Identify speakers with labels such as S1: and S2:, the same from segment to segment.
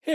S1: Hey,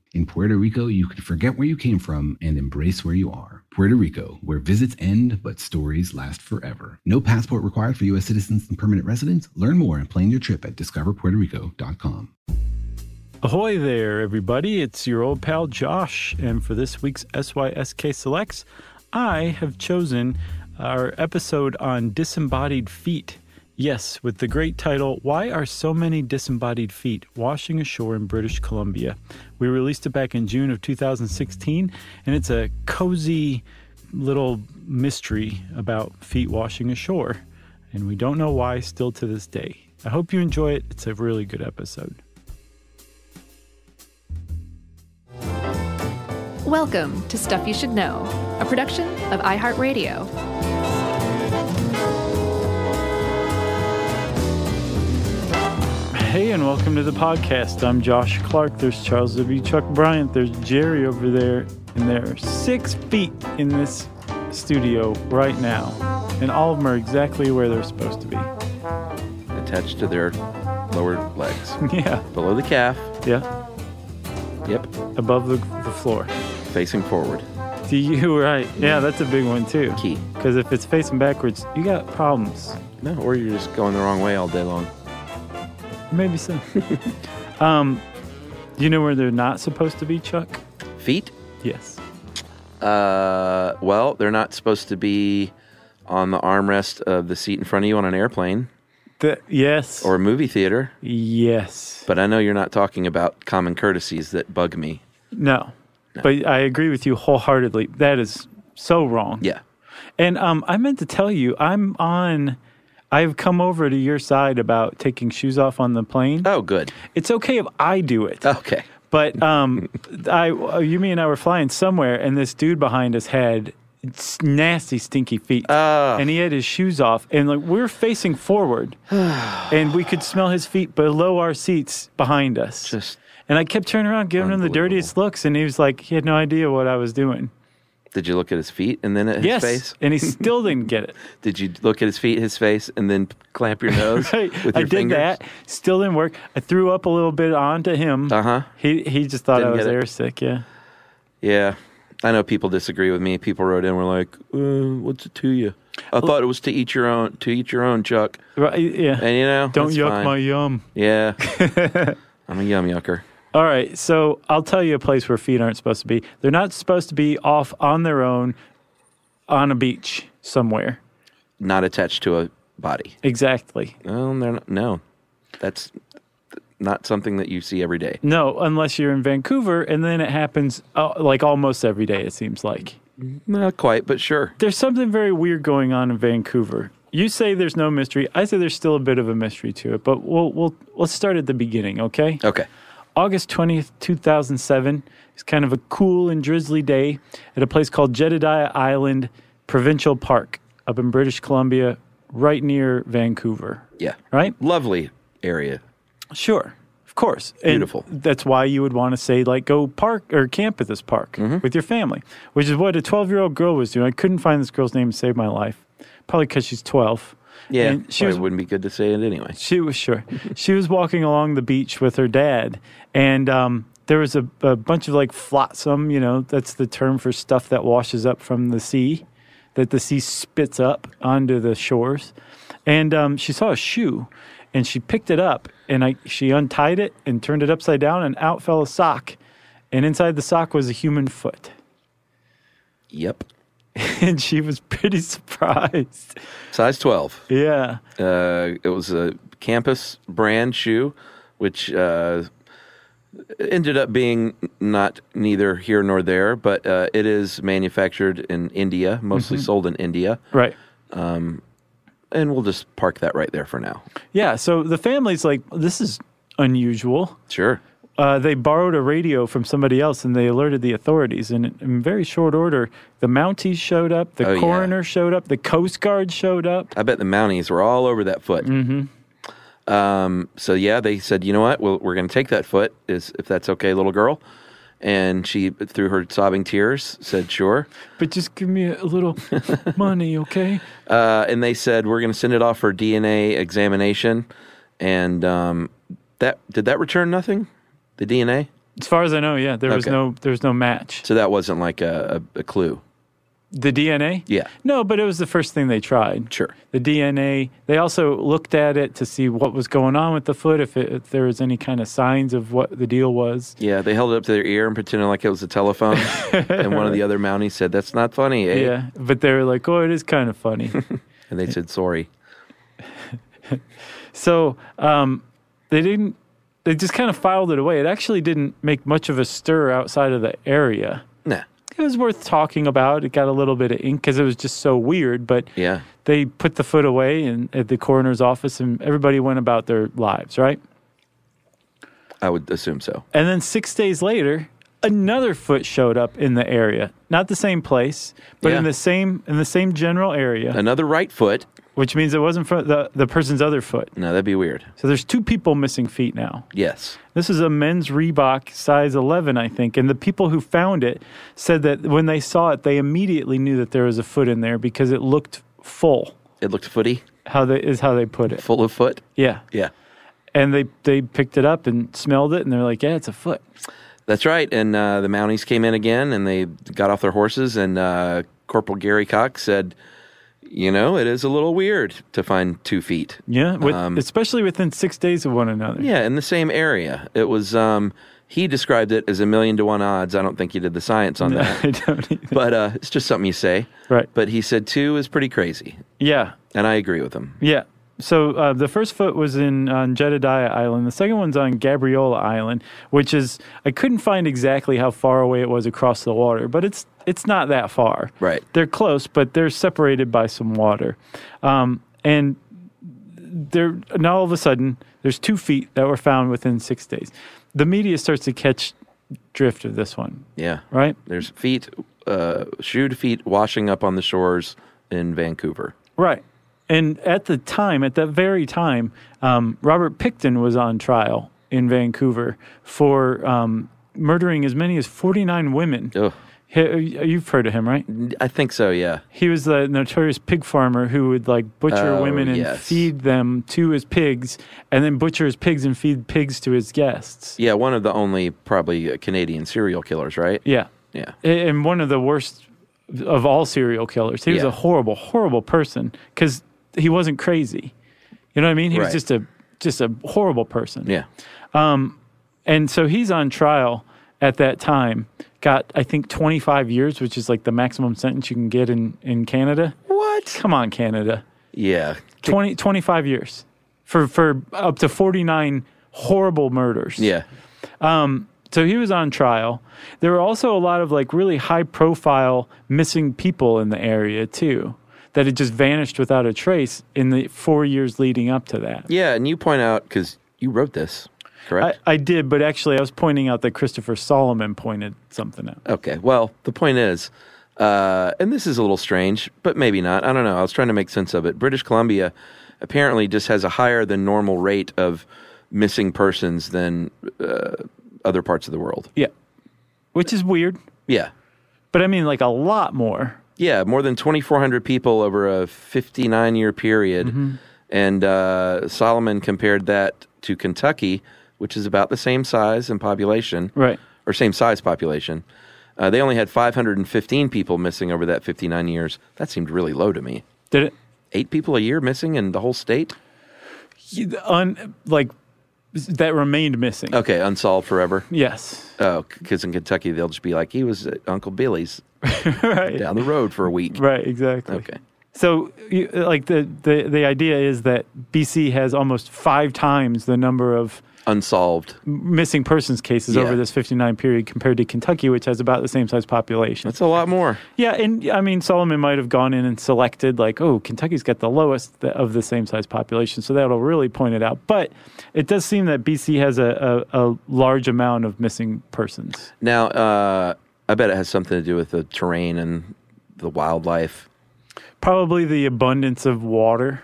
S2: In Puerto Rico, you can forget where you came from and embrace where you are. Puerto Rico, where visits end but stories last forever. No passport required for U.S. citizens and permanent residents. Learn more and plan your trip at discoverpuertorico.com.
S1: Ahoy there, everybody. It's your old pal Josh. And for this week's SYSK Selects, I have chosen our episode on disembodied feet. Yes, with the great title, Why Are So Many Disembodied Feet Washing Ashore in British Columbia? We released it back in June of 2016, and it's a cozy little mystery about feet washing ashore. And we don't know why still to this day. I hope you enjoy it. It's a really good episode.
S3: Welcome to Stuff You Should Know, a production of iHeartRadio.
S1: Hey, and welcome to the podcast. I'm Josh Clark. There's Charles W. Chuck Bryant. There's Jerry over there. And there are six feet in this studio right now. And all of them are exactly where they're supposed to be.
S4: attached to their lower legs.
S1: Yeah,
S4: Below the calf.
S1: yeah,
S4: Yep.
S1: above the, the floor.
S4: Facing forward.
S1: Do you, right? Yeah, that's a big one too.
S4: Key.
S1: Because if it's facing backwards, you got problems.
S4: No, or you're just going the wrong way all day long.
S1: Maybe so. um, you know where they're not supposed to be, Chuck?
S4: Feet?
S1: Yes.
S4: Uh, well, they're not supposed to be on the armrest of the seat in front of you on an airplane
S1: The, yes.
S4: or a movie theater.
S1: yes.
S4: But I know you're not talking about common courtesies that bug me.
S1: No, but I agree with you wholeheartedly. That is so wrong.
S4: Yeah.
S1: And um, I meant to tell you, I'm on. I've come over to your side about taking shoes off on the plane.
S4: Oh, good.
S1: It's okay if I do it,
S4: Okay.
S1: but um, I, Yumi and I were flying somewhere, and this dude behind us had s- nasty, stinky feet,
S4: Ah.
S1: and he had his shoes off, and like we're facing forward, and we could smell his feet below our seats behind us.
S4: Just
S1: And I kept turning around, giving him the
S4: Unbelievable.
S1: dirtiest looks, and he was like, he had no idea what I was doing.
S4: did you look at his feet and then at his
S1: yes,
S4: face?
S1: and he still didn't get it.
S4: Did you look at his feet, his face, and then clamp your nose
S1: Right.
S4: with your
S1: I did
S4: fingers?
S1: that, still didn't work. I threw up a little bit onto him.
S4: Uh-huh.
S1: He he just thought
S4: Didn't
S1: I was
S4: get it.
S1: airsick. Yeah.
S4: Yeah. I know people disagree with me. People wrote in were like, uh, "What's it to you?" I thought it was to eat your own, to eat your own, Chuck.
S1: Right. Yeah.
S4: And you know,
S1: Don't
S4: that's
S1: yuck
S4: fine.
S1: my yum.
S4: Yeah, I'm a yum yucker.
S1: All right. So I'll tell you a place where feet aren't supposed to be. They're not supposed to be off on their own on a beach somewhere.
S4: Not attached to a body.
S1: Exactly.
S4: No, they're not, no, that's not something that you see every day.
S1: No, unless you're in Vancouver, and then it happens uh, like almost every day. It seems like.
S4: Not quite, but sure.
S1: there's something very weird going on in Vancouver. You say there's no mystery. I say there's still a bit of a mystery to it, but we'll we'll let's start at the beginning, okay?
S4: Okay,
S1: August 20th, 2007. It's kind of a cool and drizzly day at a place called Jedediah Island Provincial Park up in British Columbia, right near Vancouver,
S4: yeah,
S1: right?
S4: lovely area.
S1: Sure. Of course. And
S4: Beautiful.
S1: That's why you would want to say, like, go park or camp at this park
S4: Mm-hmm.
S1: with your family, which is what a 12 year old girl was doing. I couldn't find this girl's name to save my life, probably because she's 12.
S4: Yeah,
S1: And she
S4: well,
S1: was,
S4: it wouldn't be good to say it anyway.
S1: she was sure. she was walking along the beach with her dad, and um, there was a, a bunch of like flotsam, you know, that's the term for stuff that washes up from the sea, that the sea spits up onto the shores. And um, she saw a shoe, and she picked it up, and I she untied it and turned it upside down, and out fell a sock, and inside the sock was a human foot.
S4: Yep.
S1: And she was pretty surprised.
S4: Size 12.
S1: Yeah.
S4: Uh, it was a campus brand shoe, which uh, ended up being not neither here nor there, but uh, it is manufactured in India, mostly sold in India.
S1: Right.
S4: And we'll just park that right there for now.
S1: Yeah. So the family's like, this is unusual.
S4: Sure.
S1: Uh, they borrowed a radio from somebody else and they alerted the authorities. And in, in very short order, the Mounties showed up, the
S4: Oh, yeah.
S1: coroner showed up, the Coast Guard showed up.
S4: I bet the Mounties were all over that foot. Mm-hmm. Um, so yeah, they said, you know what? Well, we're going to take that foot, is if that's okay, little girl. And she, through her sobbing tears, said, "Sure."
S1: But just give me a little money, okay?
S4: Uh, and they said, "We're going to send it off for DNA examination." And um, that did that return nothing? The DNA.
S1: As far as I know, yeah, there was
S4: Okay.
S1: no there was no match.
S4: So that wasn't like a, a, a clue.
S1: The DNA?
S4: Yeah.
S1: No, but it was the first thing they tried.
S4: Sure.
S1: The DNA. They also looked at it to see what was going on with the foot, if, it, if there was any kind of signs of what the deal was.
S4: Yeah, they held it up to their ear and pretended like it was a telephone. and one of the other Mounties said, "That's not funny." Eh?
S1: Yeah. But they were like, oh, it is kind of funny.
S4: And they said, "Sorry."
S1: So um, they didn't. They just kind of filed it away. It actually didn't make much of a stir outside of the area.
S4: Nah.
S1: It was worth talking about. It got a little bit of ink because it was just so weird. But
S4: Yeah.
S1: they put the foot away in, at the coroner's office, and everybody went about their lives, right?
S4: I would assume so.
S1: And then six days later, another foot showed up in the area, not the same place, but in
S4: Yeah.
S1: the same in the same general area,
S4: Another right foot.
S1: which means it wasn't from the the person's other foot.
S4: No, that'd be weird.
S1: So there's two people missing feet now.
S4: Yes.
S1: This is a men's Reebok size 11, I think. And the people who found it said that when they saw it, they immediately knew that there was a foot in there because it looked full.
S4: It looked footy,
S1: How they is how they put it.
S4: full of foot.
S1: Yeah.
S4: Yeah.
S1: And they they picked it up and smelled it and they're like, "Yeah, it's a foot."
S4: That's right. And uh, the Mounties came in again and they got off their horses. And uh, Corporal Gary Cox said, You know, it is a little weird to find two feet.
S1: Yeah, with,
S4: Um,
S1: especially within 6 days of one another.
S4: Yeah, in the same area. It was, um, he described it as a million to one odds. I don't think he did the science on that,
S1: I don't either.
S4: but uh, it's just something you say.
S1: Right.
S4: But he said two is pretty crazy.
S1: Yeah.
S4: And I agree with him.
S1: Yeah. So uh, the first foot was in on Jedediah Island. The second one's on Gabriola Island, which is I couldn't find exactly how far away it was across the water, but it's it's not that far.
S4: Right.
S1: They're close, but they're separated by some water, um, and there now all of a sudden there's two feet that were found within six days. The media starts to catch drift of this one,
S4: Yeah.
S1: right?
S4: There's feet, uh, shod feet washing up on the shores in Vancouver.
S1: Right. And at the time, at that very time, um, Robert Picton was on trial in Vancouver for um, murdering as many as 49 women.
S4: Ugh.
S1: He- uh, you've heard of him, right?
S4: I think so, yeah.
S1: He was the notorious pig farmer who would like butcher
S4: Oh,
S1: women and
S4: yes.
S1: feed them to his pigs and then butcher his pigs and feed pigs to his guests.
S4: Yeah, one of the only probably uh, Canadian serial killers, right?
S1: Yeah.
S4: Yeah.
S1: A- And one of the worst of all serial killers. He was
S4: Yeah.
S1: a horrible, horrible person because he wasn't crazy. You know what I mean? He was
S4: Right.
S1: just a just a horrible person.
S4: Yeah.
S1: And so he's on trial at that time. Got I think 25 years, which is like the maximum sentence you can get in in Canada.
S4: What?
S1: Come on, Canada.
S4: Yeah.
S1: 20 25 years for for up to 49 horrible murders.
S4: Yeah.
S1: So he was on trial. There were also a lot of like really high profile missing people in the area too that had just vanished without a trace in the four years leading up to that.
S4: Yeah. And you point out, because you wrote this,
S1: I,
S4: correct?
S1: I did, but actually I was pointing out that Christopher Solomon pointed something out.
S4: okay. Well, the point is, uh, and this is a little strange, but maybe not. I don't know. I was trying to make sense of it. British Columbia apparently just has a higher than normal rate of missing persons than uh, other parts of the world.
S1: Yeah. Which is weird,
S4: Yeah.
S1: but I mean like a lot more.
S4: Yeah, more than 2,400 people over a 59 year period.
S1: Mm-hmm.
S4: And uh, Solomon compared that to Kentucky, which is about the same size in population,
S1: Right.
S4: or same size population. Uh, they only had 515 people missing over that 59 years. That seemed really low to me.
S1: Did it
S4: Eight people a year missing in the whole state?
S1: you- the un, like that remained missing.
S4: Okay, unsolved forever.
S1: Yes.
S4: Oh, because in Kentucky they'll just be like, he was at Uncle Billy's
S1: right.
S4: down the road for a week.
S1: Right, exactly.
S4: Okay.
S1: So, you, like the, the the idea is that BC has almost five times the number of
S4: Unsolved.
S1: missing persons cases
S4: Yeah.
S1: over this 59 period compared to Kentucky, which has about the same size population.
S4: That's a lot more.
S1: yeah, and I mean Solomon might have gone in and selected like, oh, Kentucky's got the lowest th- of the same size population, so that'll really point it out. But it does seem that BC has a, a, a large amount of missing persons.
S4: Now, uh, I bet it has something to do with the terrain and the wildlife.
S1: Probably the abundance of water.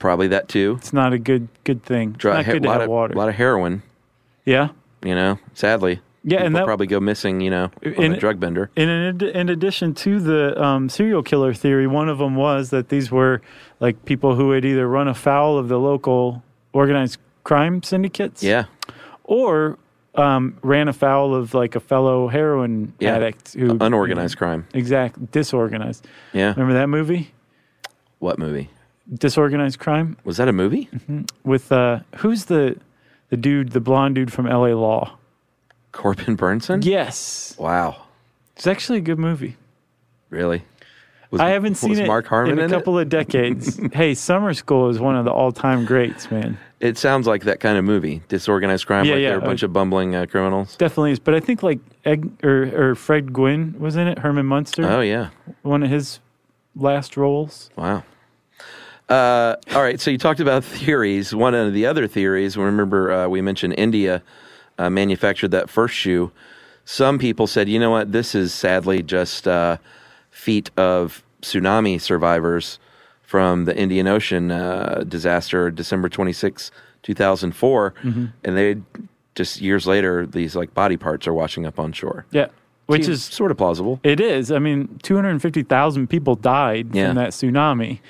S4: Probably that too.
S1: It's not a good good thing. It's not
S4: he-
S1: good to
S4: lot
S1: have
S4: of,
S1: water.
S4: lot of heroin.
S1: yeah.
S4: You know, sadly.
S1: Yeah, and
S4: People
S1: that-
S4: probably go missing. You know, on
S1: And-
S4: a drug bender.
S1: And in, ad- in addition to the um, serial killer theory, one of them was that these were like people who had either run afoul of the local organized crime syndicates
S4: Yeah,
S1: or um, ran afoul of like a fellow heroin
S4: Yeah.
S1: addict who
S4: unorganized crime.
S1: Exact disorganized.
S4: Yeah.
S1: Remember that movie?
S4: What movie
S1: Disorganized crime
S4: was that? A movie?
S1: with uh who's the the dude, the blonde dude from LA Law?
S4: Corbin Burnson.
S1: Yes.
S4: Wow.
S1: It's actually a good movie.
S4: Really? Was,
S1: I haven't seen
S4: was
S1: it
S4: Mark Harmon
S1: in a
S4: in
S1: couple of decades. hey, Summer School is one of the all-time greats, man.
S4: it? It sounds like that kind of movie. Disorganized crime.
S1: Yeah,
S4: like
S1: yeah,
S4: They're a bunch
S1: uh,
S4: of bumbling uh, criminals.
S1: Definitely is. But I think like Egg or or Fred Gwynn was in it. Herman Munster,
S4: Oh yeah.
S1: one of his last roles.
S4: Wow. Uh, all right. So you talked about theories. One of the other theories, remember uh, we mentioned India uh, manufactured that first shoe. Some people said, you know what, this is sadly just uh, feet of tsunami survivors from the Indian Ocean uh, disaster, December 26, 2004.
S1: Mm-hmm.
S4: And they just years later, these like body parts are washing up on shore,
S1: Yeah, which
S4: Seems
S1: is
S4: sort of plausible.
S1: it is. I mean, two hundred fifty thousand people died
S4: Yeah.
S1: from that tsunami.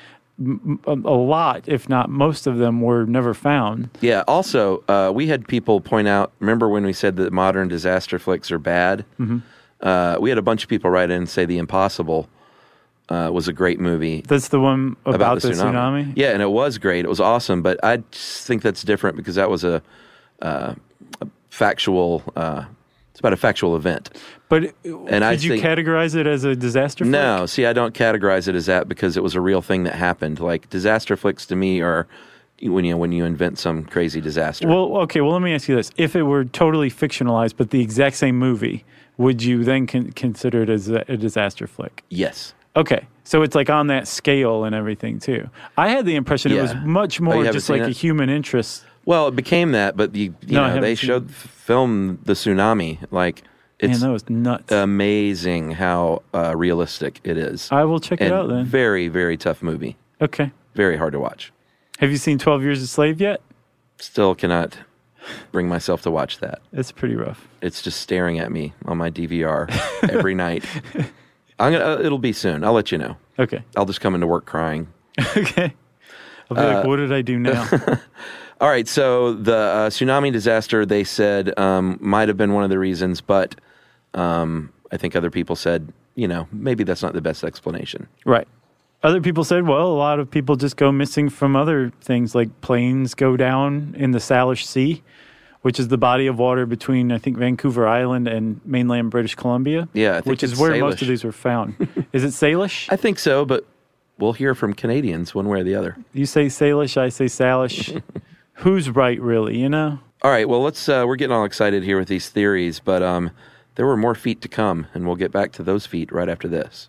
S1: M- m- A a lot, if not most of them, were never found.
S4: Yeah. Also, uh, we had people point out. Remember when we said that modern disaster flicks are bad? Mm-hmm. Uh, we had a bunch of people write in and say The Impossible uh, was a great movie
S1: That's the one about,
S4: about,
S1: the, tsunami.
S4: Yeah, and it was great. It was awesome. But I just think that's different because that was a, uh, a factual. Uh, it's about a factual event.
S1: But and
S4: And
S1: did
S4: I
S1: you
S4: think-
S1: categorize it as a disaster? flick?
S4: No, see, I don't categorize it as that because it was a real thing that happened. Like disaster flicks to me are when you when you invent some crazy disaster.
S1: Well, okay. Well, let me ask you this: If it were totally fictionalized, but the exact same movie, would you then con- consider it as a, a disaster flick?
S4: yes.
S1: Okay, so it's like on that scale and everything too. I had the impression it was
S4: Yeah.
S1: much
S4: Oh,
S1: more
S4: you haven't
S1: just
S4: seen
S1: like a
S4: it?
S1: human interest.
S4: Well, it became that, but you, you
S1: No, I
S4: know,
S1: haven't
S4: they
S1: seen
S4: showed f- film the tsunami. Like
S1: Man,
S4: it's uh,
S1: that was nuts.
S4: amazing how uh, realistic it is.
S1: I will check it
S4: and
S1: out then.
S4: Very, very tough movie.
S1: okay.
S4: Very hard to watch.
S1: Have you seen Twelve Years a Slave yet?
S4: Still cannot bring myself to watch that.
S1: It's pretty rough.
S4: It's just staring at me on my DVR every night. I'm gonna. Uh, it'll be soon. I'll let you know.
S1: Okay.
S4: I'll just come into work crying.
S1: Okay. I'll be
S4: Uh,
S1: like, what did I do now?
S4: All right, so the uh, tsunami disaster they said um, might have been one of the reasons, but um, I think other people said, you know, maybe that's not the best explanation.
S1: right. Other people said, well, a lot of people just go missing from other things like planes go down in the Salish Sea, which is the body of water between, I think, Vancouver Island and mainland British Columbia.
S4: Yeah, I think
S1: which is
S4: it's
S1: where most
S4: Salish.
S1: of these were found. is it Salish?
S4: I think so, but we'll hear from Canadians one way or the other.
S1: You say Salish, I say Salish. Who's right, really? You know?
S4: All right, well, let's. Uh, we're getting all excited here with these theories, but um, there were more feet to come, and we'll get back to those feet right after this.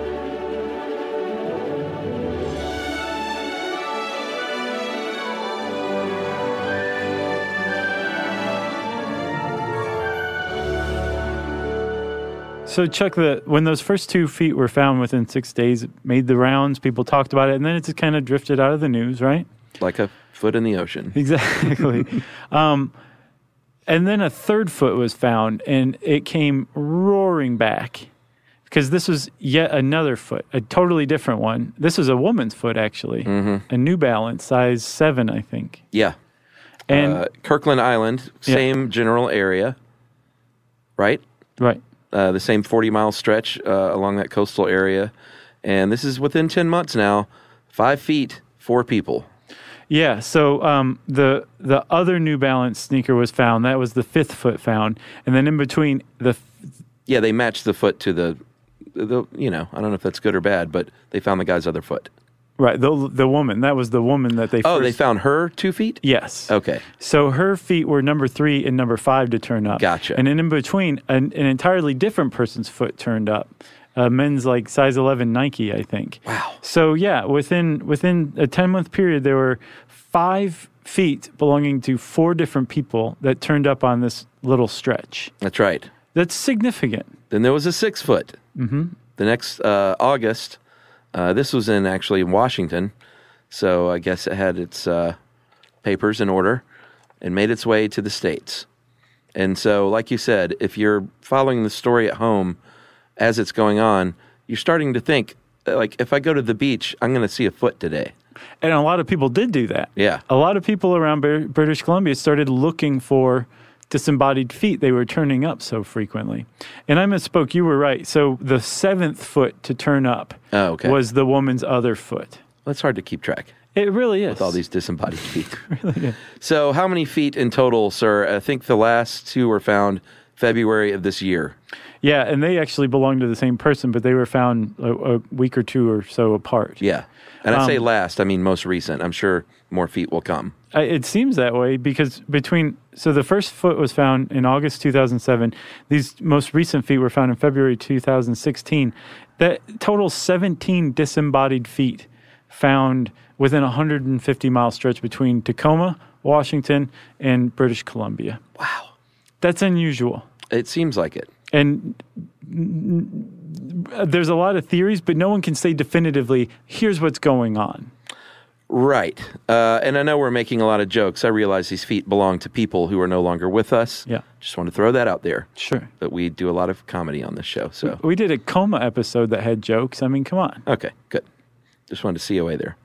S1: So Chuck, the when those first two feet were found within six days, it made the rounds. People talked about it, and then it just kind of drifted out of the news, right?
S4: like a foot in the ocean.
S1: Exactly. um, and then a third foot was found, and it came roaring back because this was yet another foot, a totally different one. This was a woman's foot, actually,
S4: Mm-hmm.
S1: a New Balance size seven, I think.
S4: Yeah.
S1: And
S4: uh, Kirkland Island, same general area, right?
S1: right,
S4: Uh, the same 40 mile stretch uh, along that coastal area. And this is within 10 months now, five feet, four people.
S1: Yeah, so um, the the other New Balance sneaker was found. That was the fifth foot found, and then in between the
S4: Yeah, they matched the foot to the, the, you know, I don't know if that's good or bad, but they found the guy's other foot.
S1: right the the woman that was the woman that they
S4: Oh,
S1: first,
S4: they found her two feet?
S1: yes
S4: Okay.
S1: So her feet were number three and number five to turn up.
S4: Gotcha.
S1: And then in between, an, an entirely different person's foot turned up. Uh, men's like size 11 Nike, I think. Wow. So yeah, within within a 10 month period, there were five feet belonging to four different people that turned up on this little stretch.
S4: That's right.
S1: That's significant.
S4: Then there was a six foot. Mm-hmm. The next uh, August, uh, this was in actually in Washington, so I guess it had its uh, papers in order and made its way to the states. And so, like you said, if you're following the story at home as it's going on, you're starting to think uh, like, if I go to the beach, I'm going to see a foot today.
S1: And a lot of people did do that.
S4: Yeah.
S1: A lot of people around Br- British Columbia started looking for disembodied feet. They were turning up so frequently. And I misspoke. You were right. So the seventh foot to turn up
S4: Oh, okay.
S1: was the woman's other foot.
S4: That's hard to keep track.
S1: It really is.
S4: with all these disembodied feet. So, how many feet in total, sir? I think the last two were found February of this year.
S1: Yeah. And they actually belonged to the same person, but they were found a, a week or two or so apart.
S4: Yeah. And I say last, I mean most recent. I'm sure more feet will come.
S1: I, it seems that way because between so the first foot was found in August 2007. These most recent feet were found in February 2016. That total 17 disembodied feet found within a 150 mile stretch between Tacoma, Washington, and British Columbia. Wow, that's unusual.
S4: It seems like it.
S1: And uh, there's a lot of theories, but no one can say definitively here's what's going on.
S4: Right. Uh, and I know we're making a lot of jokes. I realize these feet belong to people who are no longer with us.
S1: Yeah.
S4: Just want to throw that out there.
S1: Sure.
S4: But we do a lot of comedy on this show. So,
S1: We did a coma episode that had jokes. I mean, come on.
S4: okay, good. Just wanted to see a way there.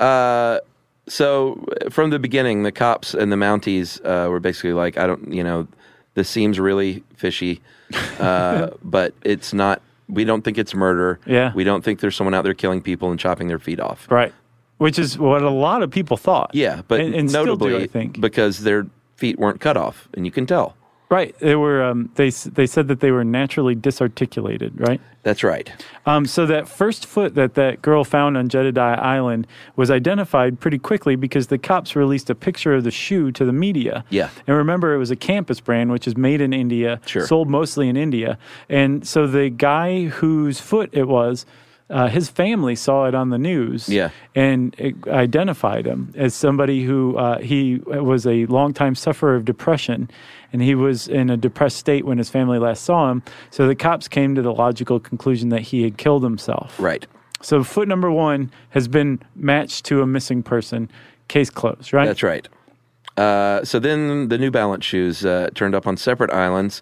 S4: Uh, so from the beginning, the cops and the Mounties uh, were basically like, I don't, you know, this seems really fishy, uh, but it's not. We don't think it's murder.
S1: Yeah.
S4: We don't think there's someone out there killing people and chopping their feet off.
S1: Right. Which is what a lot of people thought.
S4: Yeah, but
S1: and, and
S4: notably,
S1: still do, I think.
S4: because their feet weren't cut off, and you can tell.
S1: Right. They were. Um, they s- they said that they were naturally disarticulated. Right.
S4: That's right.
S1: Um, so that first foot that that girl found on Jedediah Island was identified pretty quickly because the cops released a picture of the shoe to the media.
S4: Yeah.
S1: And remember, it was a campus brand, which is made in India,
S4: Sure.
S1: sold mostly in India. And so the guy whose foot it was. Uh, his family saw it on the news
S4: Yeah.
S1: and it identified him as somebody who uh, he was a longtime sufferer of depression and he was in a depressed state when his family last saw him so the cops came to the logical conclusion that he had killed himself
S4: Right.
S1: so foot number one has been matched to a missing person case closed right
S4: That's right. Uh, so then the New Balance shoes uh, turned up on separate islands.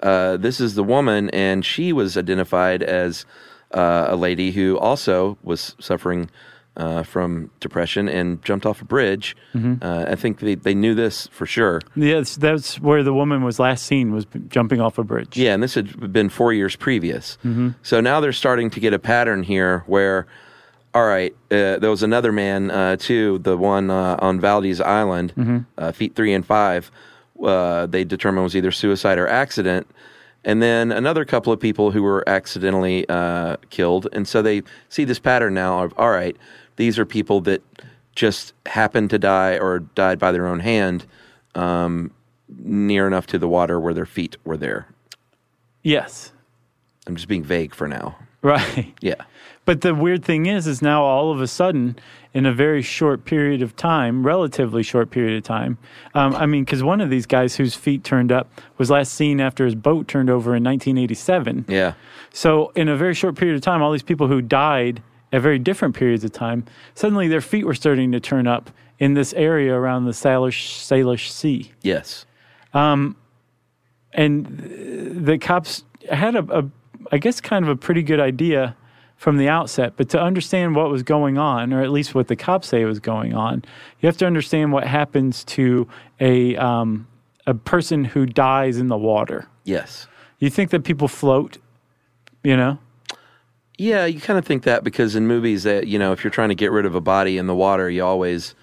S4: Uh, this is the woman, and she was identified as uh, a lady who also was suffering uh, from depression and jumped off a bridge. Uh, I think they, they knew this for sure.
S1: yes that's where the woman was last seen was jumping off a bridge
S4: Yeah, and this had been four years previous. So now they're starting to get a pattern here where, all right, uh, there was another man uh, too, the one uh, on Valdez Island, uh, feet three and five. Uh, they determined was either suicide or accident. And then another couple of people who were accidentally uh, killed. And so they see this pattern now of, all right, these are people that just happened to die or died by their own hand um, near enough to the water where their feet were there.
S1: yes
S4: I'm just being vague for now.
S1: right
S4: Yeah.
S1: But the weird thing is, is now all of a sudden, in a very short period of time, relatively short period of time, um, I mean, because one of these guys whose feet turned up was last seen after his boat turned over in 1987.
S4: Yeah.
S1: So, in a very short period of time, all these people who died at very different periods of time, suddenly their feet were starting to turn up in this area around the Salish, Salish Sea
S4: Yes.
S1: and th- the cops had a, a i guess kind of a pretty good idea from the outset but to understand what was going on or at least what the cops say was going on you have to understand what happens to a um, a person who dies in the water
S4: Yes.
S1: you think that people float you know
S4: Yeah, you kind of think that because in movies that, you know, if you're trying to get rid of a body in the water, you always,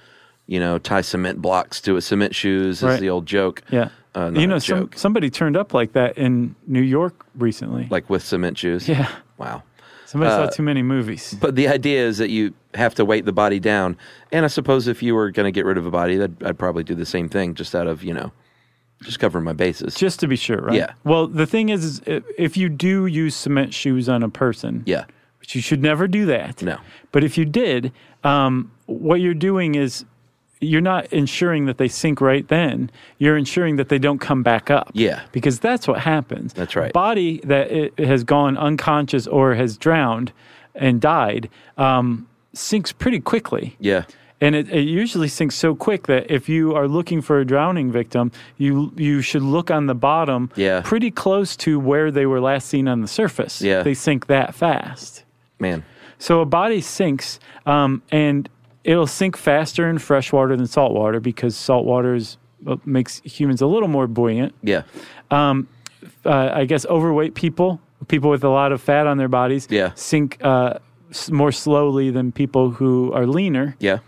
S4: you know, tie cement blocks to a cement shoes is
S1: Right.
S4: the old joke.
S1: yeah
S4: Uh, not
S1: you know
S4: a
S1: some,
S4: joke.
S1: somebody turned up like that in new york recently
S4: Like uh, with cement shoes.
S1: yeah
S4: Wow.
S1: somebody saw too many movies
S4: But the idea is that you have to weight the body down. And I suppose if you were going to get rid of a body, that I'd probably do the same thing just out of, you know, just covering my bases.
S1: just to be sure right
S4: Yeah.
S1: well the thing is, is i- if you do use cement shoes on a person
S4: yeah.
S1: which you should never do that.
S4: No.
S1: But if you did, um, what you're doing is you're not ensuring that they sink right then. You're ensuring that they don't come back up.
S4: Yeah.
S1: Because that's what happens.
S4: That's right.
S1: A body that it it has gone unconscious or has drowned and died um, sinks pretty quickly.
S4: Yeah.
S1: And it, it usually sinks so quick that if you are looking for a drowning victim, you you should look on the bottom,
S4: Yeah.
S1: pretty close to where they were last seen on the surface.
S4: Yeah.
S1: they sink that fast.
S4: Man.
S1: So a body sinks, um, and it'll sink faster in fresh water than salt water because salt water is, what makes humans a little more buoyant.
S4: Yeah.
S1: Uh, I guess overweight people, people with a lot of fat on their bodies,
S4: Yeah.
S1: sink uh, s- more slowly than people who are leaner.
S4: Yeah.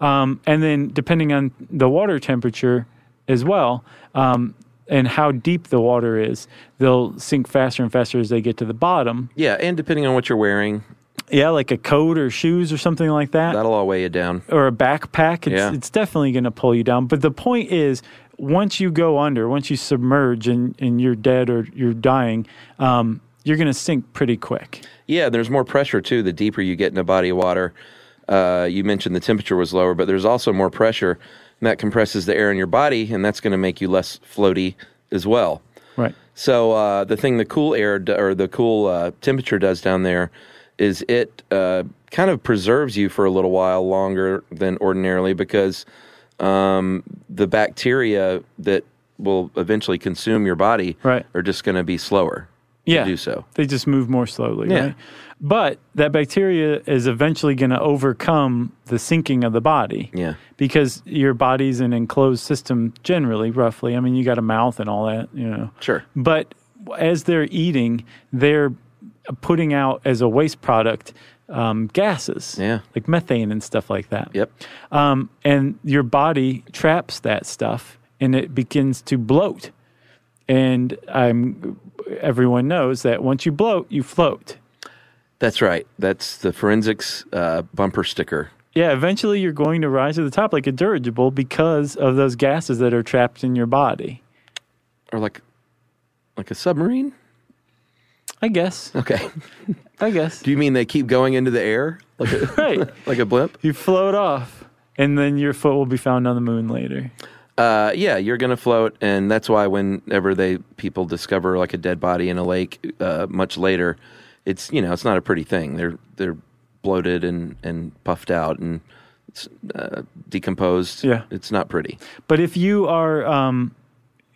S1: Um, and then depending on the water temperature as well, um, and how deep the water is, they'll sink faster and faster as they get to the bottom.
S4: Yeah. And depending on what you're wearing,
S1: Yeah, like a coat or shoes or something like that.
S4: that'll all weigh you down.
S1: or a backpack, it's,
S4: Yeah.
S1: it's definitely going to pull you down. But the point is, once you go under, once you submerge and, and you're dead or you're dying, um, you're going to sink pretty quick.
S4: Yeah, there's more pressure too. The deeper you get in a body of water, uh, you mentioned the temperature was lower, but there's also more pressure, and that compresses the air in your body, and that's going to make you less floaty as well.
S1: Right.
S4: So uh, the thing the cool air d- or the cool uh, temperature does down there is it uh, kind of preserves you for a little while longer than ordinarily because um, the bacteria that will eventually consume your body
S1: Right.
S4: are just going to be slower
S1: Yeah.
S4: to do so.
S1: They just move more slowly.
S4: Yeah.
S1: Right. But that bacteria is eventually going to overcome the sinking of the body.
S4: Yeah.
S1: Because your body's an enclosed system generally, roughly. I mean, you got a mouth and all that, you know.
S4: Sure.
S1: But as they're eating, they're putting out as a waste product um, gases,
S4: Yeah.
S1: like methane and stuff like that.
S4: Yep.
S1: Um, and your body traps that stuff and it begins to bloat. And I'm everyone knows that once you bloat, you float.
S4: That's right. That's the forensics uh, bumper sticker.
S1: Yeah, eventually you're going to rise to the top like a dirigible because of those gases that are trapped in your body.
S4: Or like like a submarine?
S1: I guess.
S4: Okay.
S1: I guess.
S4: Do you mean they keep going into the air? Like a,
S1: Right.
S4: like a blimp?
S1: You float off, and then your foot will be found on the moon later.
S4: Uh, yeah, you're gonna float, and that's why whenever they people discover like a dead body in a lake, uh, much later, it's you know it's not a pretty thing. They're they're bloated and and puffed out and it's, uh, decomposed.
S1: Yeah.
S4: it's not pretty.
S1: But if you are, um,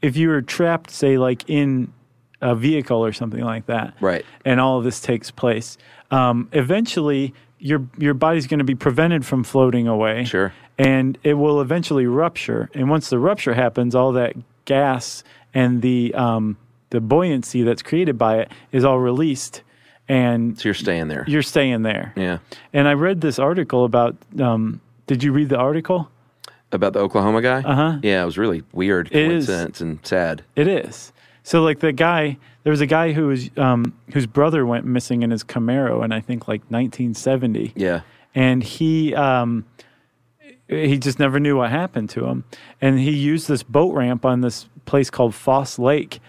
S1: if you are trapped, say like in a vehicle or something like that,
S4: Right.
S1: And all of this takes place. Um, eventually, your your body's going to be prevented from floating away.
S4: Sure.
S1: And it will eventually rupture. And once the rupture happens, all that gas and the um, the buoyancy that's created by it is all released, and
S4: So you're staying there.
S1: you're staying there.
S4: yeah,
S1: And I read this article about. Um, did you read the article?
S4: about the Oklahoma guy. Uh huh. Yeah, it was really weird
S1: Uh-huh. It is.
S4: coincidence and sad.
S1: It is. So like the guy, there was a guy who was um, whose brother went missing in his Camaro in I think like 1970,
S4: Yeah,
S1: and he um, he just never knew what happened to him, and he used this boat ramp on this place called Foss Lake.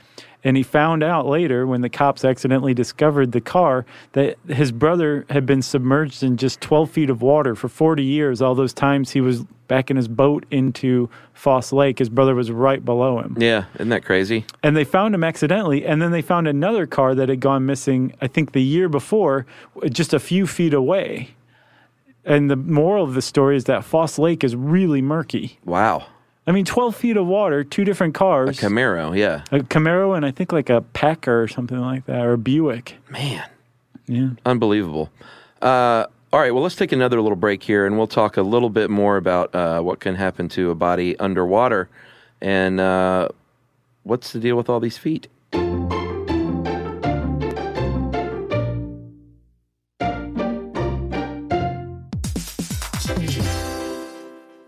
S1: And he found out later when the cops accidentally discovered the car that his brother had been submerged in just 12 feet of water for 40 years. All those times he was back in his boat into Foss Lake, his brother was right below him
S4: yeah. Isn't that crazy?
S1: and they found him accidentally and then they found another car that had gone missing i think the year before w- just a few feet away and the moral of the story is that foss lake is really murky
S4: Wow,
S1: i mean 12 feet of water two different cars a,
S4: Camaro. Yeah,
S1: camaro and i think like a packer or something like that or a buick
S4: man.
S1: yeah
S4: Unbelievable. Uh, all right, well, let's take another little break here, and we'll talk a little bit more about uh, what can happen to a body underwater, and uh, what's the deal with all these feet.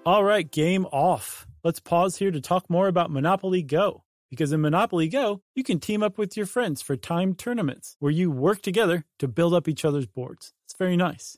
S1: All right, game off. Let's pause here to talk more about Monopoly Go. Because in Monopoly Go, you can team up with your friends for timed tournaments where you work together to build up each other's boards. It's very nice.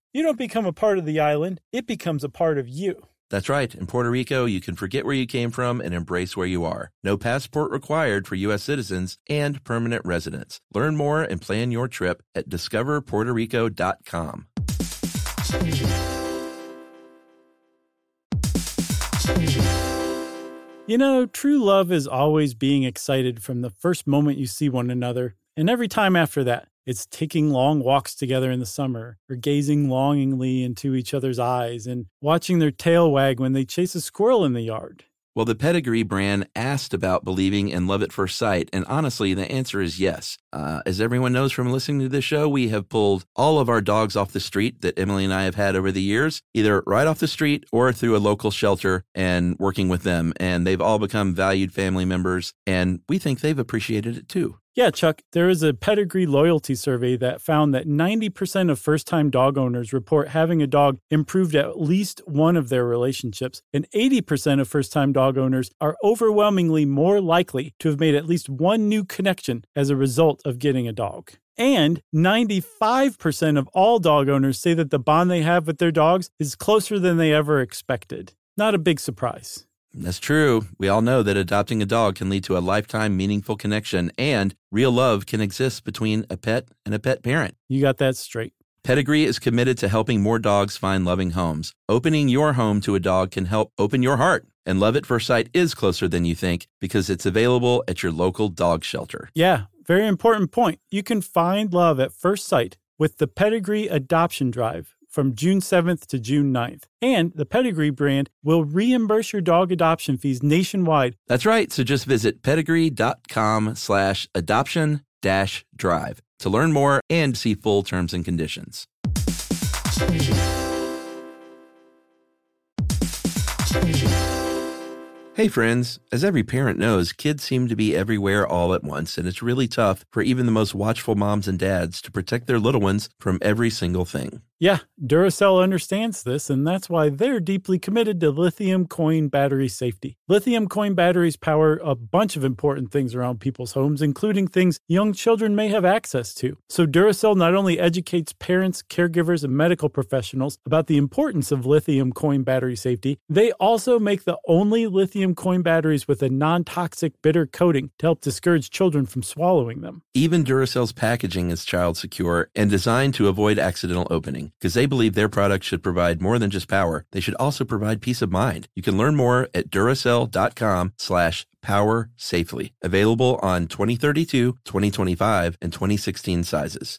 S1: You don't become a part of the island, it becomes a part of you.
S5: That's right, in Puerto Rico, you can forget where you came from and embrace where you are. No passport required for U.S. citizens and permanent residents. Learn more and plan your trip at discoverpuertorico.com.
S1: You know, true love is always being excited from the first moment you see one another, and every time after that. It's taking long walks together in the summer, or gazing longingly into each other's eyes, and watching their tail wag when they chase a squirrel in the yard.
S5: Well, the Pedigree brand asked about believing in love at first sight, and honestly, the answer is yes. Uh, as everyone knows from listening to this show, we have pulled all of our dogs off the street that Emily and I have had over the years, either right off the street or through a local shelter and working with them. And they've all become valued family members, and we think they've appreciated it too.
S1: Yeah, Chuck, there is a pedigree loyalty survey that found that 90% of first time dog owners report having a dog improved at least one of their relationships, and 80% of first time dog owners are overwhelmingly more likely to have made at least one new connection as a result of getting a dog. And 95% of all dog owners say that the bond they have with their dogs is closer than they ever expected. Not a big surprise.
S5: That's true. We all know that adopting a dog can lead to a lifetime meaningful connection, and real love can exist between a pet and a pet parent.
S1: You got that straight.
S5: Pedigree is committed to helping more dogs find loving homes. Opening your home to a dog can help open your heart. And love at first sight is closer than you think because it's available at your local dog shelter.
S1: Yeah, very important point. You can find love at first sight with the Pedigree Adoption Drive from June 7th to June 9th. And the Pedigree brand will reimburse your dog adoption fees nationwide.
S5: That's right. So just visit pedigree.com slash adoption dash drive to learn more and see full terms and conditions. Hey friends, as every parent knows, kids seem to be everywhere all at once, and it's really tough for even the most watchful moms and dads to protect their little ones from every single thing.
S1: Yeah, Duracell understands this, and that's why they're deeply committed to lithium coin battery safety. Lithium coin batteries power a bunch of important things around people's homes, including things young children may have access to. So, Duracell not only educates parents, caregivers, and medical professionals about the importance of lithium coin battery safety, they also make the only lithium coin batteries with a non toxic bitter coating to help discourage children from swallowing them.
S5: Even Duracell's packaging is child secure and designed to avoid accidental opening because they believe their products should provide more than just power. They should also provide peace of mind. You can learn more at duracell.com slash power safely. Available on 2032, 2025, and 2016 sizes.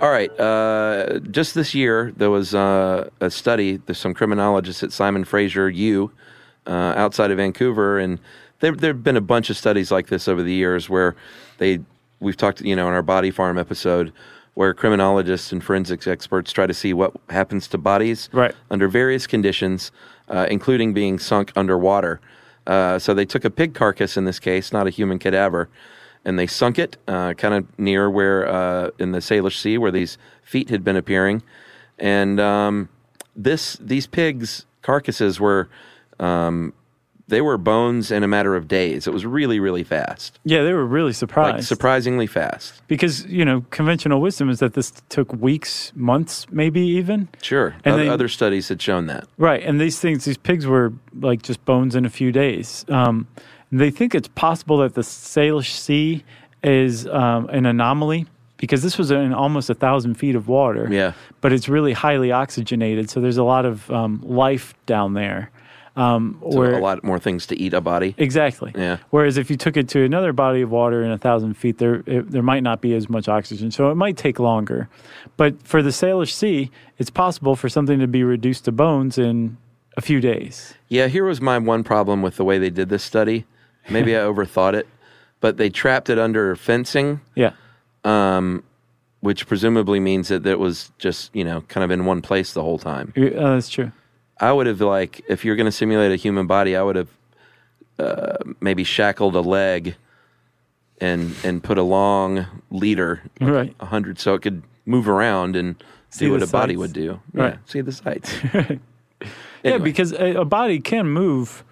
S4: All right. Uh, just this year, there was uh, a study. There's some criminologists at Simon Fraser U, uh, outside of Vancouver, and there there've been a bunch of studies like this over the years where they we've talked, you know, in our body farm episode, where criminologists and forensics experts try to see what happens to bodies
S1: Right.
S4: under various conditions, uh, including being sunk underwater. Uh, so they took a pig carcass in this case, not a human cadaver, and they sunk it uh, kind of near where uh, in the Salish Sea where these feet had been appearing, and um, this these pigs carcasses were. Um, they were bones in a matter of days. It was really, really fast,
S1: Yeah, they were really surprised.
S4: like surprisingly fast.
S1: because, you know, conventional wisdom is that this took weeks, months, maybe even.
S4: Sure,
S1: And
S4: Oth-
S1: they-
S4: other studies had shown that.
S1: Right, and these things, these pigs were like just bones in a few days. Um, they think it's possible that the Salish Sea is um, an anomaly because this was in almost a thousand feet of water.
S4: Yeah.
S1: but it's really highly oxygenated, so there's a lot of um, life down there. Um,
S4: So
S1: where
S4: a lot more things to eat a body.
S1: exactly.
S4: Yeah.
S1: Whereas if you took it to another body of water in a thousand feet, there it, there might not be as much oxygen, so it might take longer. But for the Salish Sea, it's possible for something to be reduced to bones in a few days.
S4: Yeah, here was my one problem with the way they did this study. Maybe I overthought it, but they trapped it under fencing,
S1: Yeah.
S4: which presumably means that it was just, you know, kind of in one place the whole time.
S1: You- Uh, that's true.
S4: I would have, like, if you're going to simulate a human body, I would have uh, maybe shackled a leg and and put a long leader, like
S1: Right.
S4: a hundred, so it could move around and
S1: See
S4: do what a
S1: the
S4: body
S1: sights.
S4: would do. Yeah,
S1: Right.
S4: see the sights.
S1: Yeah, because a, a body can move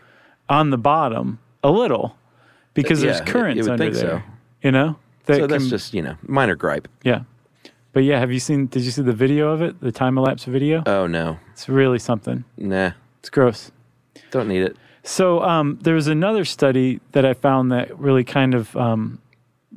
S1: on the bottom a little because
S4: Yeah,
S1: there's
S4: you- you
S1: currents
S4: would
S1: under
S4: think so.
S1: there. You know? That
S4: so that's
S1: can-
S4: just, you know, minor gripe.
S1: yeah. But yeah, have you seen? Did you see the video of it? The time elapse video?
S4: Oh, no.
S1: It's really something.
S4: Nah,
S1: It's gross.
S4: don't need it.
S1: So um, there was another study that I found that really kind of um,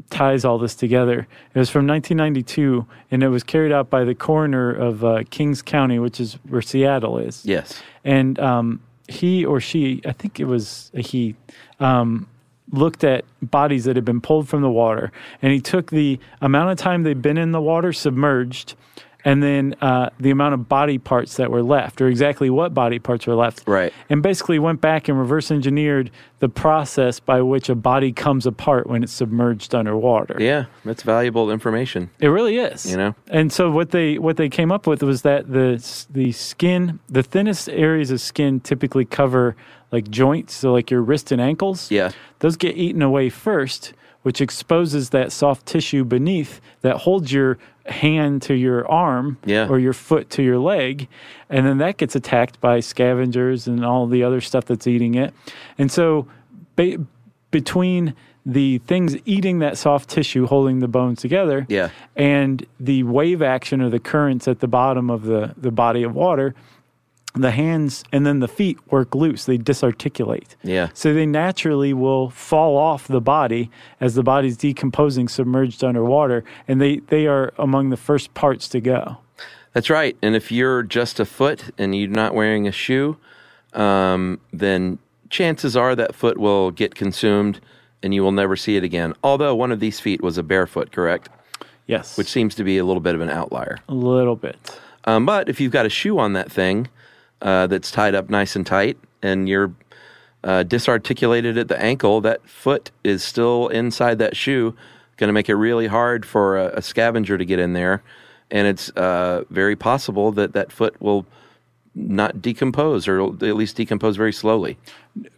S1: ties all this together. It was from 1992, and it was carried out by the coroner of uh, Kings County, which is where Seattle is.
S4: Yes.
S1: and um, he or she, I think it was a he, um, looked at bodies that had been pulled from the water, and he took the amount of time they'd been in the water submerged, and then uh, the amount of body parts that were left, or exactly what body parts were left.
S4: Right.
S1: And basically went back and reverse engineered the process by which a body comes apart when it's submerged underwater.
S4: Yeah, that's valuable information.
S1: It really is.
S4: You know?
S1: And so what they what they came up with was that the the skin, the thinnest areas of skin typically cover like joints, so like your wrist and ankles.
S4: Yeah.
S1: Those get eaten away first, which exposes that soft tissue beneath that holds your hand to your arm
S4: Yeah.
S1: or your foot to your leg. And then that gets attacked by scavengers and all the other stuff that's eating it. And so ba- between the things eating that soft tissue holding the bones together
S4: Yeah.
S1: and the wave action or the currents at the bottom of the, the body of water, the hands and then the feet work loose. They disarticulate.
S4: Yeah.
S1: So they naturally will fall off the body as the body's decomposing submerged underwater. And they, they are among the first parts to go.
S4: That's right. And if you're just a foot and you're not wearing a shoe, um, then chances are that foot will get consumed and you will never see it again. Although one of these feet was a barefoot, correct?
S1: Yes.
S4: Which seems to be a little bit of an outlier.
S1: a little bit.
S4: Um, but if you've got a shoe on that thing uh, that's tied up nice and tight and you're uh, disarticulated at the ankle, that foot is still inside that shoe, going to make it really hard for a, a scavenger to get in there. And it's uh, very possible that that foot will not decompose or at least decompose very slowly.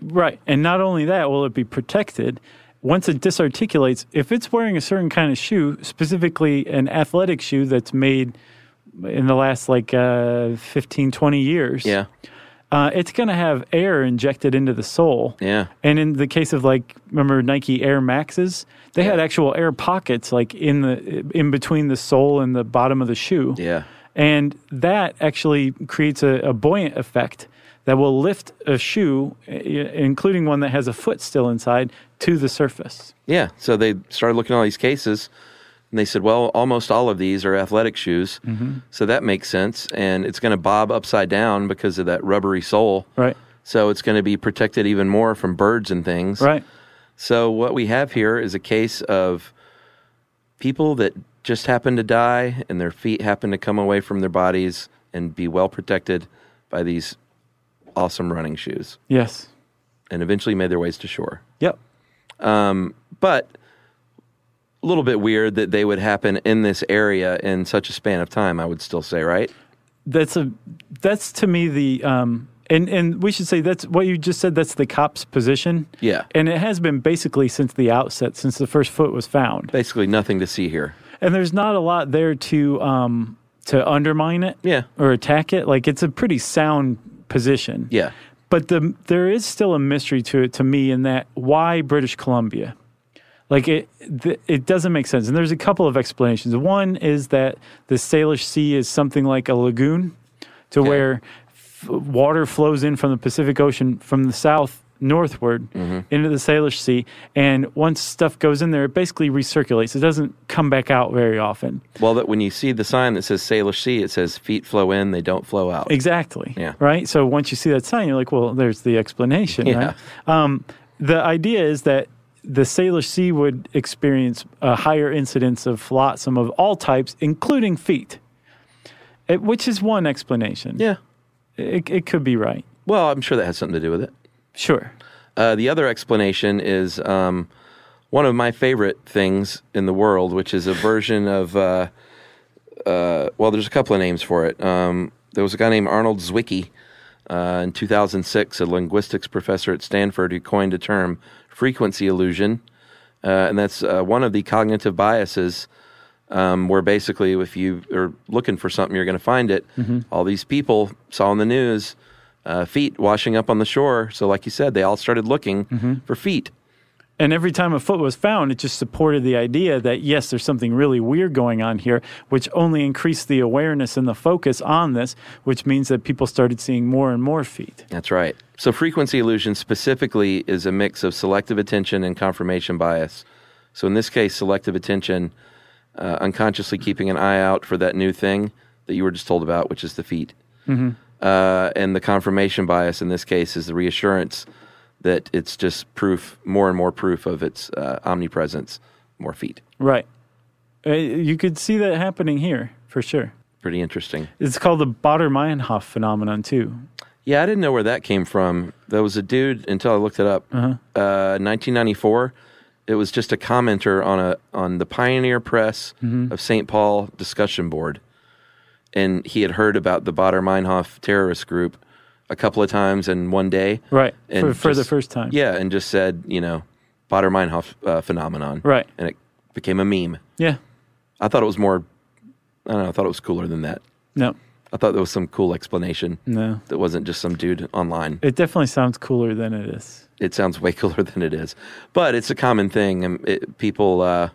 S1: Right. And not only that, will it be protected? Once it disarticulates, if it's wearing a certain kind of shoe, specifically an athletic shoe that's made in the last like uh, 15, 20 years,
S4: Yeah.
S1: uh, it's going to have air injected into the sole.
S4: Yeah.
S1: And in the case of like, remember Nike Air Maxes? They had actual air pockets like in the in between the sole and the bottom of the shoe.
S4: Yeah.
S1: And that actually creates a, a buoyant effect that will lift a shoe, i- including one that has a foot still inside, to the surface.
S4: Yeah. So they started looking at all these cases and they said, well, almost all of these are athletic shoes.
S1: Mm-hmm.
S4: So that makes sense. And it's going to bob upside down because of that rubbery sole.
S1: Right.
S4: So it's going to be protected even more from birds and things.
S1: Right.
S4: So what we have here is a case of people that just happen to die and their feet happen to come away from their bodies and be well protected by these awesome running shoes
S1: Yes.
S4: and eventually made their ways to shore
S1: Yep.
S4: but a little bit weird that they would happen in this area in such a span of time. I would still say, right?
S1: that's a that's to me the um and and we should say that's what you just said that's the cop's position
S4: Yeah.
S1: and it has been basically since the outset since the first foot was found
S4: Basically, nothing to see here.
S1: and there's not a lot there to um to undermine it
S4: Yeah.
S1: or attack it like it's a pretty sound position
S4: Yeah,
S1: but the there is still a mystery to it to me in that why British Columbia? Like it, th- it doesn't make sense. And there's a couple of explanations. One is that the Salish Sea is something like a lagoon, to where f- water flows in from the Pacific Ocean from the south northward into the Salish Sea, and once stuff goes in there, it basically recirculates. It doesn't come back out very often.
S4: well, that when you see the sign that says Salish Sea, it says feet flow in, they don't flow out.
S1: Exactly.
S4: Yeah.
S1: Right. So once you see that sign, you're like, well, there's the explanation.
S4: Yeah.
S1: Right. Um, the idea is that the Salish Sea would experience a higher incidence of flotsam of all types, including feet, it, which is one explanation.
S4: Yeah,
S1: It, it could be right.
S4: well, I'm sure that has something to do with it.
S1: Sure.
S4: Uh, the other explanation is um, one of my favorite things in the world, which is a version of. Uh, uh, well, there's a couple of names for it. Um, there was a guy named Arnold Zwicky uh, in 2006, a linguistics professor at Stanford, who coined a term, frequency illusion, uh, and that's uh, one of the cognitive biases. Um, where basically, if you are looking for something, you're going to find it. All these people saw in the news uh, feet washing up on the shore. So, like you said, they all started looking for feet.
S1: And every time a foot was found, it just supported the idea that yes, there's something really weird going on here, which only increased the awareness and the focus on this, which means that people started seeing more and more feet.
S4: That's right. So, frequency illusion specifically is a mix of selective attention and confirmation bias. So, in this case, selective attention, uh, unconsciously keeping an eye out for that new thing that you were just told about, which is the feet. Uh, and the confirmation bias in this case is the reassurance that it's just proof, more and more proof of its uh, omnipresence, more feet.
S1: Right. Uh, you could see that happening here for sure.
S4: Pretty interesting.
S1: It's called the Bader Meinhof phenomenon, too.
S4: Yeah, I didn't know where that came from. There was a dude until I looked it up.
S1: Uh-huh.
S4: Uh, 1994. It was just a commenter on a on the Pioneer Press
S1: Mm-hmm.
S4: of St. Paul discussion board, and he had heard about the Bader Meinhof terrorist group a couple of times in one day.
S1: Right.
S4: And
S1: for, for the
S4: just-
S1: first time.
S4: Yeah, and just said you know Bader Meinhof uh, phenomenon.
S1: Right.
S4: And it became a meme.
S1: Yeah.
S4: I thought it was more. I don't know. I thought it was cooler than that.
S1: No,
S4: I thought there was some cool explanation
S1: no.
S4: that wasn't just some dude online.
S1: It definitely sounds cooler than it is.
S4: It sounds way cooler than it is, but it's a common thing. And it, people, uh,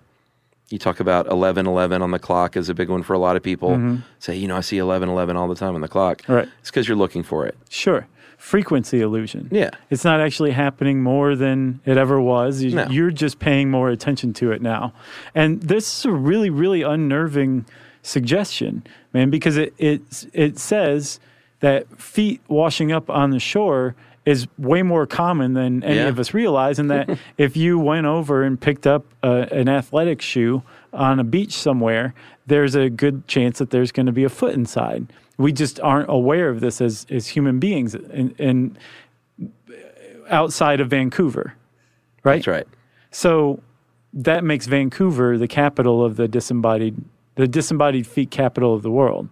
S4: you talk about eleven eleven on the clock is a big one for a lot of people. Say, you know, I see eleven eleven all the time on the clock.
S1: Mm-hmm. Right.
S4: It's because you're looking for it.
S1: Sure. Frequency illusion.
S4: Yeah.
S1: It's not actually happening more than it ever was. You-
S4: No.
S1: You're just paying more attention to it now. And this is a really, really unnerving suggestion, man, because it, it, it says that feet washing up on the shore is way more common than any
S4: Yeah.
S1: of us realize. And that if you went over and picked up a, an athletic shoe on a beach somewhere, there's a good chance that there's going to be a foot inside. We just aren't aware of this as, as human beings. And, and outside of Vancouver, right?
S4: That's right.
S1: So that makes Vancouver the capital of the disembodied, the disembodied feet capital of the world.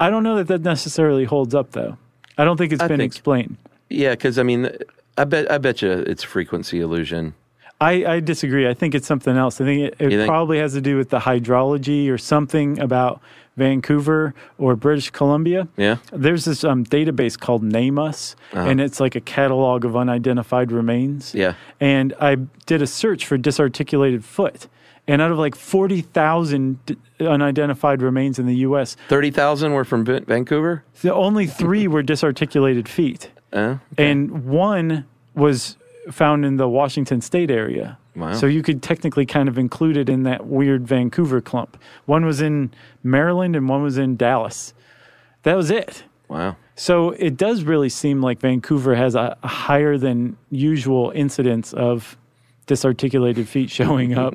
S1: I don't know that that necessarily holds up, though. I don't think it's
S4: I
S1: been
S4: think-
S1: explained.
S4: Yeah, because I mean, I bet I bet you it's frequency illusion.
S1: I, I disagree. I think it's something else. I think it, it
S4: You think-
S1: probably has to do with the hydrology or something about Vancouver or British Columbia.
S4: Yeah. Uh-huh.
S1: There's this um, database called Name Us, and it's like a catalog of unidentified remains.
S4: Yeah.
S1: And I did a search for disarticulated foot, and out of like 40,000 d- unidentified remains in the U.S.,
S4: Thirty thousand were from Va- Vancouver.
S1: the only three were disarticulated feet,
S4: Uh,
S1: and one was found in the Washington State area.
S4: Wow.
S1: So you could technically kind of include it in that weird Vancouver clump. One was in Maryland, and one was in Dallas. That was it.
S4: wow.
S1: So it does really seem like Vancouver has a a higher than usual incidence of disarticulated feet showing up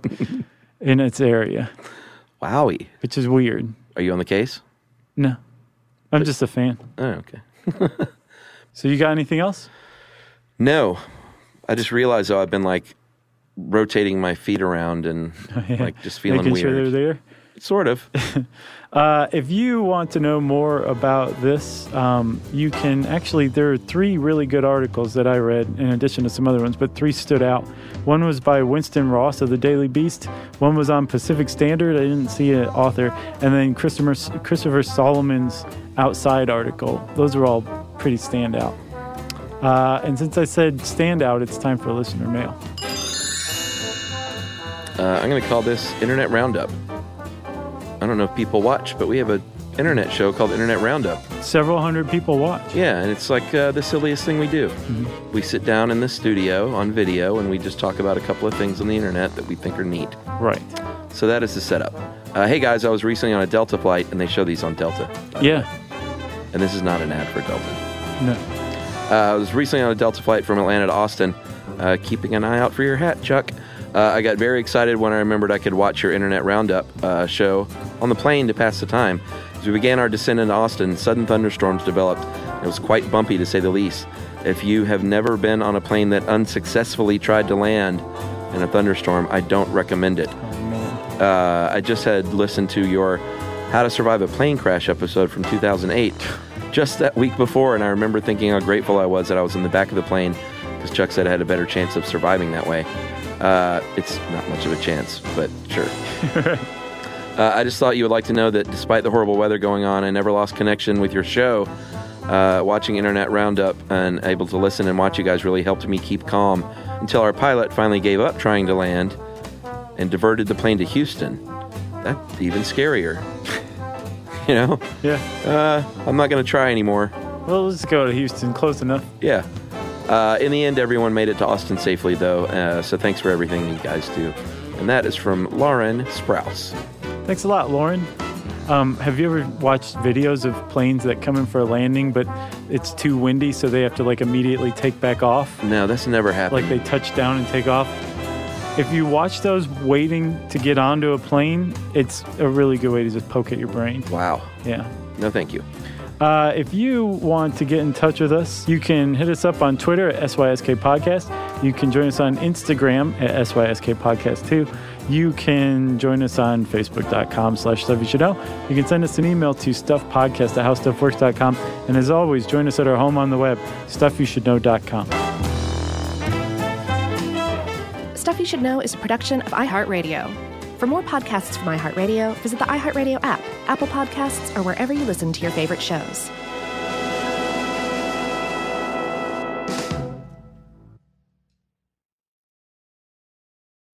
S1: in its area,
S4: Wowie.
S1: which is weird.
S4: Are you on the case?
S1: No, I'm just a fan.
S4: Oh, okay.
S1: So you got anything else?
S4: No, I just realized though I've been like rotating my feet around and like just feeling
S1: Making
S4: weird.
S1: sure they're there.
S4: Sort of.
S1: Uh, if you want to know more about this, um, you can actually, there are three really good articles that I read in addition to some other ones, but three stood out. One was by Winston Ross of the Daily Beast, one was on Pacific Standard, I didn't see an author, and then Christopher, Christopher Solomon's Outside article. Those are all pretty standout. Uh, and since I said standout, it's time for listener mail.
S4: Uh, I'm going to call this Internet Roundup. I don't know if people watch, but we have a internet show called Internet Roundup.
S1: Several hundred people watch.
S4: Yeah, and it's like uh, the silliest thing we do. We sit down in the studio on video and we just talk about a couple of things on the internet that we think are neat.
S1: Right.
S4: So that is the setup. Uh, hey guys, I was recently on a Delta flight and they show these on Delta.
S1: Yeah.
S4: And this is not an ad for Delta.
S1: No.
S4: Uh, I was recently on a Delta flight from Atlanta to Austin, uh, keeping an eye out for your hat, Chuck. Uh, I got very excited when I remembered I could watch your Internet Roundup uh, show on the plane to pass the time. As we began our descent into Austin, sudden thunderstorms developed. It was quite bumpy, to say the least. If you have never been on a plane that unsuccessfully tried to land in a thunderstorm, I don't recommend it uh, I just had listened to your How to Survive a Plane Crash episode from 2008, just that week before, and I remember thinking how grateful I was that I was in the back of the plane because Chuck said I had a better chance of surviving that way. Uh, it's not much of a chance, but sure. Uh, I just thought you would like to know that despite the horrible weather going on, I never lost connection with your show. Uh, watching Internet Roundup and able to listen and watch you guys really helped me keep calm until our pilot finally gave up trying to land and diverted the plane to Houston. That's even scarier. you know?
S1: Yeah.
S4: Uh, I'm not going to try anymore.
S1: Well, let's go to Houston. Close enough.
S4: Yeah. Uh, in the end, everyone made it to Austin safely, though, uh, so thanks for everything you guys do. And that is from Lauren Sprouse.
S1: Thanks a lot, Lauren. Um, have you ever watched videos of planes that come in for a landing, but it's too windy, so they have to like immediately take back off?
S4: No, that's never happened.
S1: Like they touch down and take off? If you watch those waiting to get onto a plane, it's a really good way to just poke at your brain.
S6: Wow.
S1: Yeah.
S6: No, thank you.
S1: Uh, if you want to get in touch with us, you can hit us up on Twitter at SYSK Podcast. You can join us on Instagram at SYSK Podcast 2. You can join us on Facebook.com slash Stuff You Should Know. You can send us an email to stuffpodcast at howstuffworks.com. And as always, join us at our home on the web, stuffyoushouldknow.com.
S3: Stuff You Should Know is a production of iHeartRadio. For more podcasts from iHeartRadio, visit the iHeartRadio app, Apple Podcasts, or wherever you listen to your favorite shows.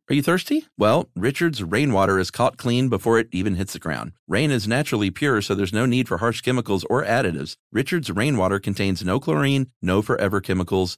S4: Are you thirsty? Well, Richard's rainwater is caught clean before it even hits the ground. Rain is naturally pure, so there's no need for harsh chemicals or additives. Richard's rainwater contains no chlorine, no forever chemicals,